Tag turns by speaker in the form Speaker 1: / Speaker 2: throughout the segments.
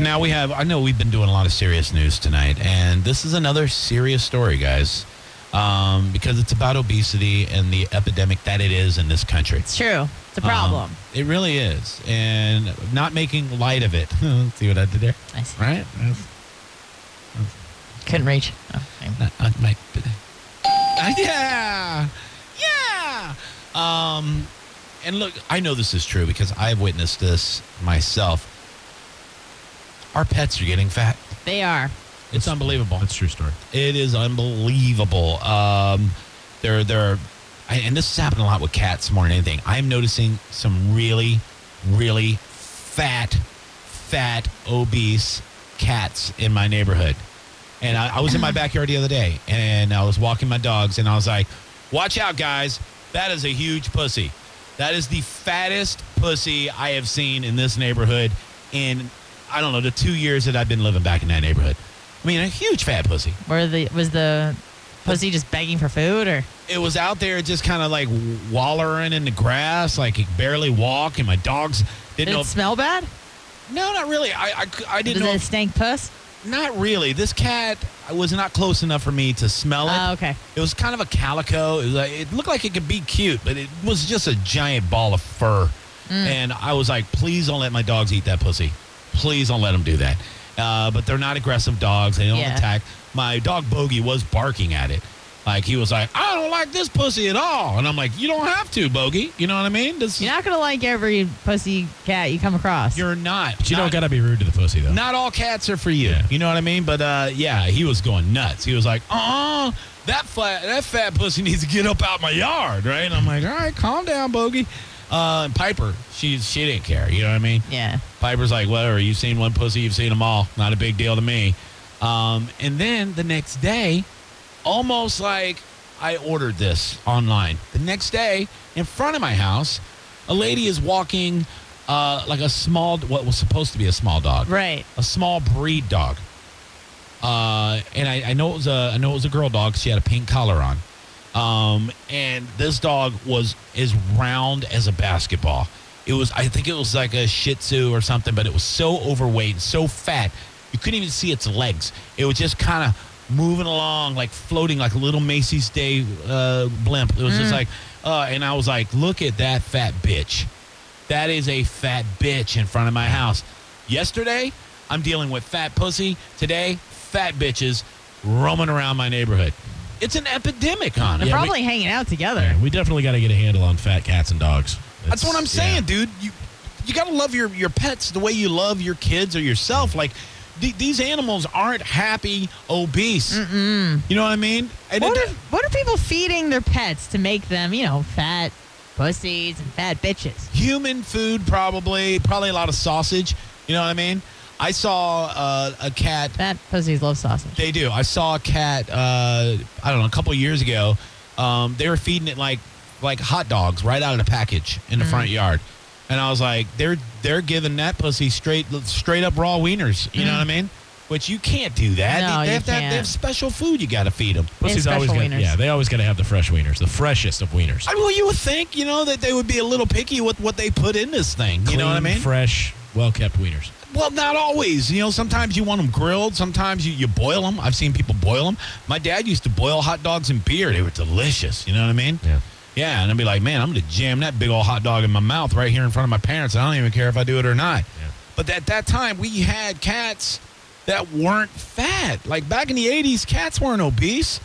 Speaker 1: now we have. I know we've been doing a lot of serious news tonight, and this is another serious story, guys, um, because it's about obesity and the epidemic that it is in this country.
Speaker 2: It's true. It's a problem.
Speaker 1: Um, it really is, and not making light of it. See what I did there?
Speaker 2: I see.
Speaker 1: Right? That's-
Speaker 2: Couldn't reach. Oh, okay.
Speaker 1: not on my. Ah, yeah, yeah. Um, and look, I know this is true because I've witnessed this myself. Our pets are getting fat.
Speaker 2: They are.
Speaker 1: It's unbelievable.
Speaker 3: That's a true story.
Speaker 1: It is unbelievable. Um, there, there, I, and this is happening a lot with cats more than anything. I'm noticing some really, really fat, fat, obese cats in my neighborhood. And I, I was in my backyard the other day, and I was walking my dogs, and I was like, "Watch out, guys! That is a huge pussy. That is the fattest pussy I have seen in this neighborhood in I don't know the two years that I've been living back in that neighborhood. I mean, a huge fat pussy."
Speaker 2: Were the was the pussy just begging for food or?
Speaker 1: it was out there just kind of like wallering in the grass, like it barely walk, and my dogs
Speaker 2: Did
Speaker 1: didn't know.
Speaker 2: it smell bad?
Speaker 1: no, not really. I I, c- I
Speaker 2: Was
Speaker 1: didn't
Speaker 2: it
Speaker 1: know.
Speaker 2: a stank puss?
Speaker 1: not really. This cat was not close enough for me to smell it.
Speaker 2: Oh, okay.
Speaker 1: It was kind of a calico. It, was like, it looked like it could be cute, but it was just a giant ball of fur. And I was like, please don't let my dogs eat that pussy. Please don't let them do that. Uh, but they're not aggressive dogs. They don't
Speaker 2: Yeah.
Speaker 1: attack. My dog Bogey was barking at it. Like he was like, I don't like this pussy at all. And I'm like, you don't have to, Bogey. You know what I mean? This is,
Speaker 2: You're not gonna like every pussy cat you come across.
Speaker 1: you're not.
Speaker 3: But you
Speaker 1: not,
Speaker 3: don't gotta be rude to the pussy though.
Speaker 1: not all cats are for you.
Speaker 3: Yeah.
Speaker 1: You know what I mean? But uh, yeah, he was going nuts. He was like, "Uh, uh that fat that fat pussy needs to get up out my yard, right?" And I'm like, "All right, calm down, Bogey." Uh, and Piper, she she didn't care. You know what I mean?
Speaker 2: yeah.
Speaker 1: Piper's like, "Whatever. You've seen one pussy, you've seen them all. Not a big deal to me." Um, and then the next day, almost like I ordered this online. The next day, in front of my house, a lady is walking uh, like a small, what was supposed to be a small dog
Speaker 2: Right.
Speaker 1: a small breed dog. Uh, and I, I know it was a I know it was a girl dog. She had a pink collar on. Um, and this dog was as round as a basketball. It was I think it was like a Shih Tzu or something, but it was so overweight and so fat you couldn't even see its legs. It was just kind of moving along like floating like a little Macy's Day uh, blimp. It was just like, uh, and I was like, look at that fat bitch. That is a fat bitch in front of my house. Yesterday, I'm dealing with fat pussy. Today, fat bitches roaming around my neighborhood. It's an epidemic on
Speaker 2: They're
Speaker 1: it.
Speaker 2: probably hanging out together.
Speaker 3: Yeah, we definitely gotta get a handle on fat cats and dogs.
Speaker 1: That's what I'm
Speaker 3: It's-
Speaker 1: saying, dude. You you got to love your your pets the way you love your kids or yourself. Like th- these animals aren't happy obese. You know what I mean? And
Speaker 2: What
Speaker 1: it-
Speaker 2: are, what are people feeding their pets to make them, you know, fat pussies and fat bitches?
Speaker 1: human food probably probably a lot of sausage. You know what I mean? I saw uh, a cat
Speaker 2: Fat pussies love sausage.
Speaker 1: They do. I saw a cat. Uh, I don't know, a couple years ago. Um, they were feeding it like like hot dogs right out of the package in the
Speaker 2: Mm.
Speaker 1: front yard, and I was like, they're they're giving that pussy straight straight up raw wieners. You know what I mean? Which you can't do that.
Speaker 2: Mm. No,
Speaker 1: they, they
Speaker 2: you
Speaker 1: have that- they
Speaker 2: can't.
Speaker 1: have special food you got to feed them.
Speaker 3: Pussy's
Speaker 2: And
Speaker 3: always
Speaker 2: special
Speaker 3: gotta,
Speaker 2: wieners.
Speaker 3: yeah, they always gotta have the fresh wieners, the freshest of wieners.
Speaker 1: I well, you would think you know that they would be a little picky with what they put in this thing. you know what I
Speaker 3: Clean,
Speaker 1: mean?
Speaker 3: Fresh, well kept wieners.
Speaker 1: Well, not always. You know, sometimes you want them grilled. Sometimes you, you boil them. I've seen people boil them. My dad used to boil hot dogs in beer. They were delicious. You know what I mean?
Speaker 3: Yeah.
Speaker 1: Yeah, and I'd be like, man, I'm going to jam that big old hot dog in my mouth right here in front of my parents. I don't even care if I do it or not.
Speaker 3: Yeah.
Speaker 1: But at that time, we had cats that weren't fat. Like back in the 80s, cats weren't obese.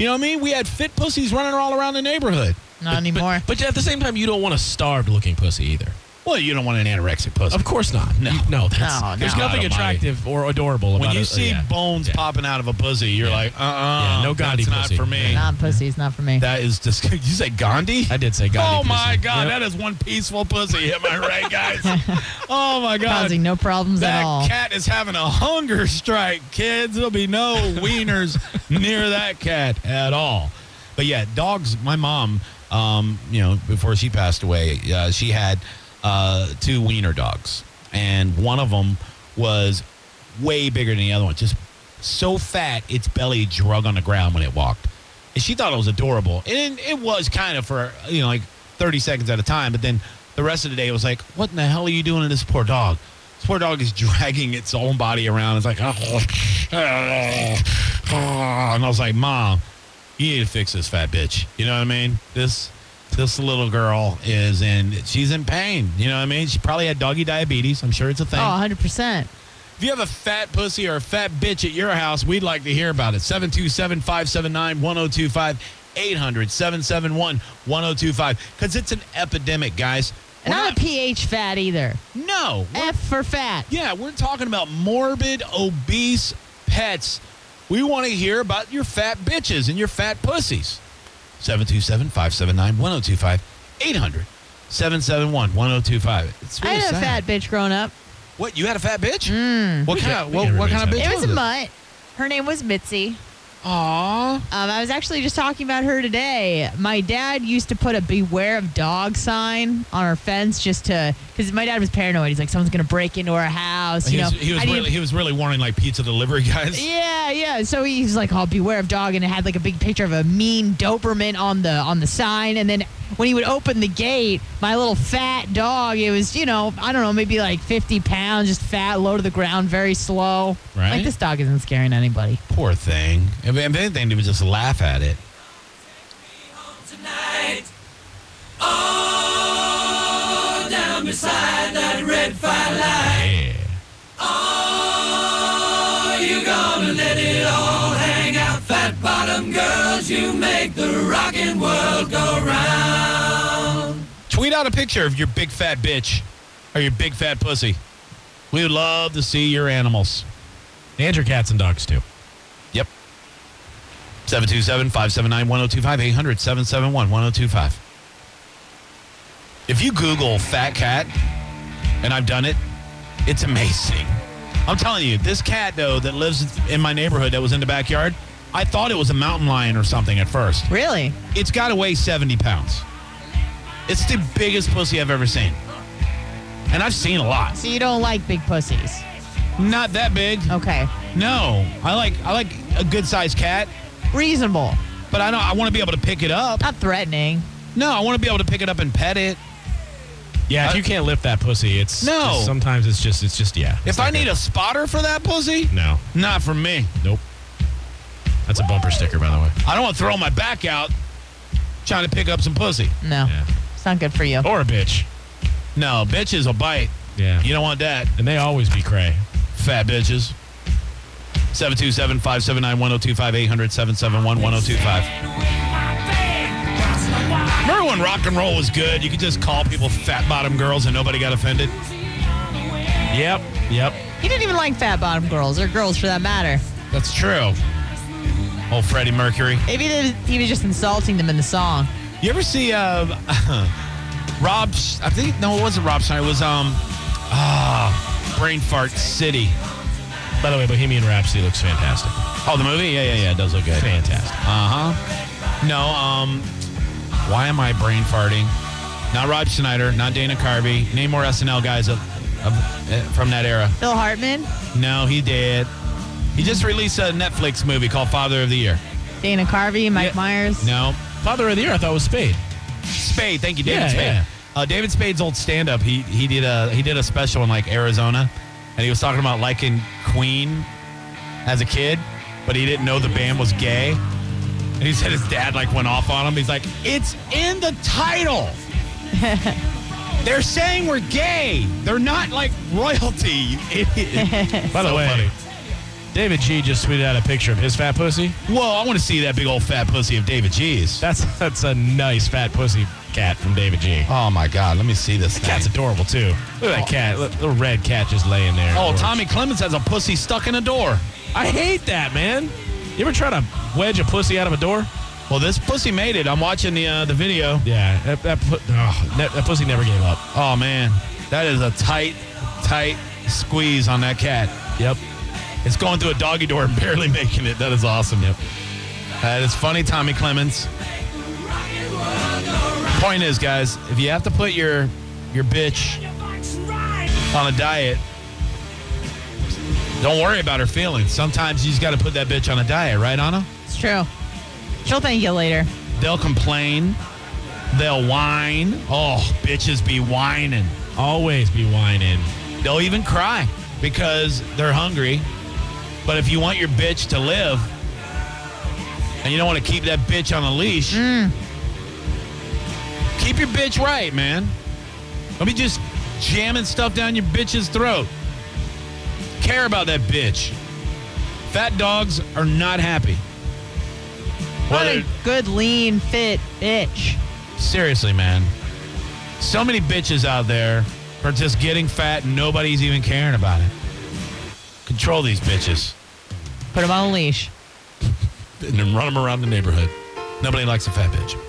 Speaker 1: You know what I mean? We had fit pussies running all around the neighborhood.
Speaker 2: Not anymore.
Speaker 3: But at the same time, you don't want a starved looking pussy either.
Speaker 1: Well, you don't want an anorexic pussy.
Speaker 3: Of course not.
Speaker 1: No.
Speaker 3: You- no, that's,
Speaker 2: No,
Speaker 3: there's
Speaker 2: no.
Speaker 3: nothing
Speaker 1: God almighty.
Speaker 3: attractive or adorable about
Speaker 1: when you
Speaker 3: it.
Speaker 1: see
Speaker 3: yeah.
Speaker 1: bones
Speaker 3: Yeah.
Speaker 1: popping out of a pussy, you're
Speaker 3: Yeah.
Speaker 1: like, uh, uh
Speaker 3: Yeah, no Gandhi
Speaker 1: that's
Speaker 3: pussy.
Speaker 1: not for me.
Speaker 2: Not pussies, not for me.
Speaker 1: That is disgusting. You say Gandhi?
Speaker 3: I did say Gandhi.
Speaker 1: oh my
Speaker 3: pussy.
Speaker 1: God,
Speaker 3: Yep.
Speaker 1: that is one peaceful pussy. Am I right, guys? oh my God,
Speaker 2: Causing no problems
Speaker 1: that
Speaker 2: at all.
Speaker 1: cat is having a hunger strike, kids. There'll be no wieners near that cat at all. But yeah, dogs. My mom, um, you know, before she passed away, uh, she had uh, two wiener dogs, and one of them was way bigger than the other one, just so fat its belly drug on the ground when it walked. And she thought it was adorable, and it was kind of for you know like thirty seconds at a time. But then the rest of the day, it was like, what in the hell are you doing to this poor dog? This poor dog is dragging its own body around. It's like, "Oh, and I was like, Mom, you need to fix this fat bitch. You know what I mean? This this little girl is in she's in pain. You know what I mean? She probably had doggy diabetes. I'm sure it's a thing.
Speaker 2: Oh, 100%.
Speaker 1: If you have a fat pussy or a fat bitch at your house, we'd like to hear about it. 727 579 1025 800 771 1025. Because it's an epidemic, guys. We're
Speaker 2: And not, a pH fat either.
Speaker 1: no. we're-
Speaker 2: F for fat.
Speaker 1: yeah, we're talking about morbid, obese pets. We want to hear about your fat bitches and your fat pussies. 727 579 1025 800 771 1025. It's
Speaker 2: I
Speaker 1: really
Speaker 2: had a
Speaker 1: sad.
Speaker 2: fat bitch growing up.
Speaker 1: What? You had a fat bitch?
Speaker 2: Mm.
Speaker 1: What
Speaker 3: We
Speaker 1: kind
Speaker 3: get-
Speaker 1: of
Speaker 3: we
Speaker 1: what,
Speaker 3: get
Speaker 1: what kind of
Speaker 3: everybody's
Speaker 1: bitch?
Speaker 2: It was
Speaker 1: was
Speaker 2: a mutt. Her name was Mitzi.
Speaker 1: Aww.
Speaker 2: Um, I was actually just talking about her today. My dad used to put a beware of dog sign on our fence just to, because my dad was paranoid. He's like, someone's going to break into our house. You
Speaker 1: He was,
Speaker 2: know,
Speaker 1: he was
Speaker 2: I need to-
Speaker 1: really he was really warning like pizza delivery guys.
Speaker 2: Yeah, yeah. So he's like, "Oh, beware of dog," and it had like a big picture of a mean Doberman on the on the sign. And then when he would open the gate, my little fat dog, it was you know I don't know maybe like fifty pounds, just fat, low to the ground, very slow.
Speaker 1: Right.
Speaker 2: Like this dog isn't scaring anybody.
Speaker 1: Poor thing. If if anything, they would just laugh at it. Yeah. Tweet out a picture of your big fat bitch or your big fat pussy. We would love to see your animals.
Speaker 3: And your cats and dogs, too.
Speaker 1: Yep. 727-579-1025, 800-771-1025. If you Google fat cat, and I've done it, it's amazing. I'm telling you, this cat, though, that lives in my neighborhood that was in the backyard, I thought it was a mountain lion or something at first.
Speaker 2: Really?
Speaker 1: It's got to weigh 70 pounds. It's the biggest pussy I've ever seen. And I've seen a lot.
Speaker 2: So you don't like big pussies?
Speaker 1: Not that big.
Speaker 2: Okay,
Speaker 1: No. I like I like a good sized cat.
Speaker 2: reasonable,
Speaker 1: But I don't. I want to be able to pick it up.
Speaker 2: not threatening.
Speaker 1: No, I want to be able to pick it up and pet it.
Speaker 3: Yeah,
Speaker 1: I-
Speaker 3: if you can't lift that pussy, it's
Speaker 1: No.
Speaker 3: just- sometimes it's just it's just yeah.
Speaker 1: If I need a spotter for that pussy,
Speaker 3: no,
Speaker 1: not for me.
Speaker 3: nope. That's a bumper sticker, by the way.
Speaker 1: I don't want to throw my back out trying to pick up some pussy.
Speaker 2: No,
Speaker 3: Yeah.
Speaker 2: it's not good for you.
Speaker 3: Or a bitch.
Speaker 1: No, bitches will bite.
Speaker 3: Yeah,
Speaker 1: You don't want that,
Speaker 3: and they always be cray.
Speaker 1: fat bitches. 727-579-1025-800-771-1025. Remember when rock and roll was good? You could just call people fat bottom girls and nobody got offended.
Speaker 3: Yep, yep.
Speaker 2: You didn't even like fat bottom girls or girls for that matter.
Speaker 1: That's true. Old Freddie Mercury.
Speaker 2: Maybe they- he was just insulting them in the song.
Speaker 1: You ever see uh, Rob? Sch- I think no, it wasn't Rob Schneider. It was um, ah, Brain Fart City.
Speaker 3: By the way, Bohemian Rhapsody looks fantastic.
Speaker 1: Oh, the movie? Yeah, yeah, yeah. It does look good.
Speaker 3: Fantastic.
Speaker 1: Uh huh. No, um, why am I brain farting? Not Rob Schneider, not Dana Carvey. Name more SNL guys of, of, eh, from that era.
Speaker 2: Phil Hartman,
Speaker 1: No, he did. He just released a Netflix movie called Father of the Year.
Speaker 2: Dana Carvey, Mike
Speaker 1: Yeah.
Speaker 2: Myers.
Speaker 1: No,
Speaker 3: Father of the Year, I thought was Spade.
Speaker 1: Spade. Thank you, David
Speaker 3: Yeah,
Speaker 1: Spade.
Speaker 3: yeah.
Speaker 1: Uh, David Spade's old stand-up. He he did a he did a special in like Arizona, and he was talking about liking Queen as a kid, but he didn't know the band was gay. And he said his dad like went off on him. He's like, "It's in the title. They're saying we're gay. They're not like royalty, you idiot."
Speaker 3: By the
Speaker 1: So
Speaker 3: way,
Speaker 1: funny.
Speaker 3: David G just tweeted out a picture of his fat pussy.
Speaker 1: Whoa, I want to see that big old fat pussy of David G's.
Speaker 3: That's that's a nice fat pussy cat from David G.
Speaker 1: Oh my God, let me see this. thing.
Speaker 3: Cat's adorable too. Look at that cat. Look, little red cat just laying there.
Speaker 1: Oh,
Speaker 3: Gorgeous.
Speaker 1: Tommy Clemens has a pussy stuck in a door.
Speaker 3: I hate that, man. You ever try to wedge a pussy out of a door?
Speaker 1: Well, this pussy made it. I'm watching the uh, the video.
Speaker 3: Yeah, that that, pu- oh, that that pussy never gave up.
Speaker 1: Oh man, that is a tight, tight squeeze on that cat.
Speaker 3: Yep.
Speaker 1: It's going through a doggy door and barely making it. That is awesome. Yep. That is funny, Tommy Clemens. Point is, guys, if you have to put your your bitch on a diet, don't worry about her feelings. Sometimes you just got to put that bitch on a diet, right, Anna?
Speaker 2: It's true. She'll thank you later.
Speaker 1: They'll complain. They'll whine. Oh, bitches be whining.
Speaker 3: Always be whining.
Speaker 1: They'll even cry because they're hungry. But if you want your bitch to live and you don't want to keep that bitch on a leash, keep your bitch right, man. Don't be just jamming stuff down your bitch's throat. Care about that bitch. Fat dogs are not happy.
Speaker 2: What
Speaker 1: Whether-
Speaker 2: a good, lean, fit bitch.
Speaker 1: Seriously, man. So many bitches out there are just getting fat and nobody's even caring about it. Control these bitches
Speaker 2: Put him on a leash.
Speaker 1: and then run them around the neighborhood. Nobody likes a fat bitch.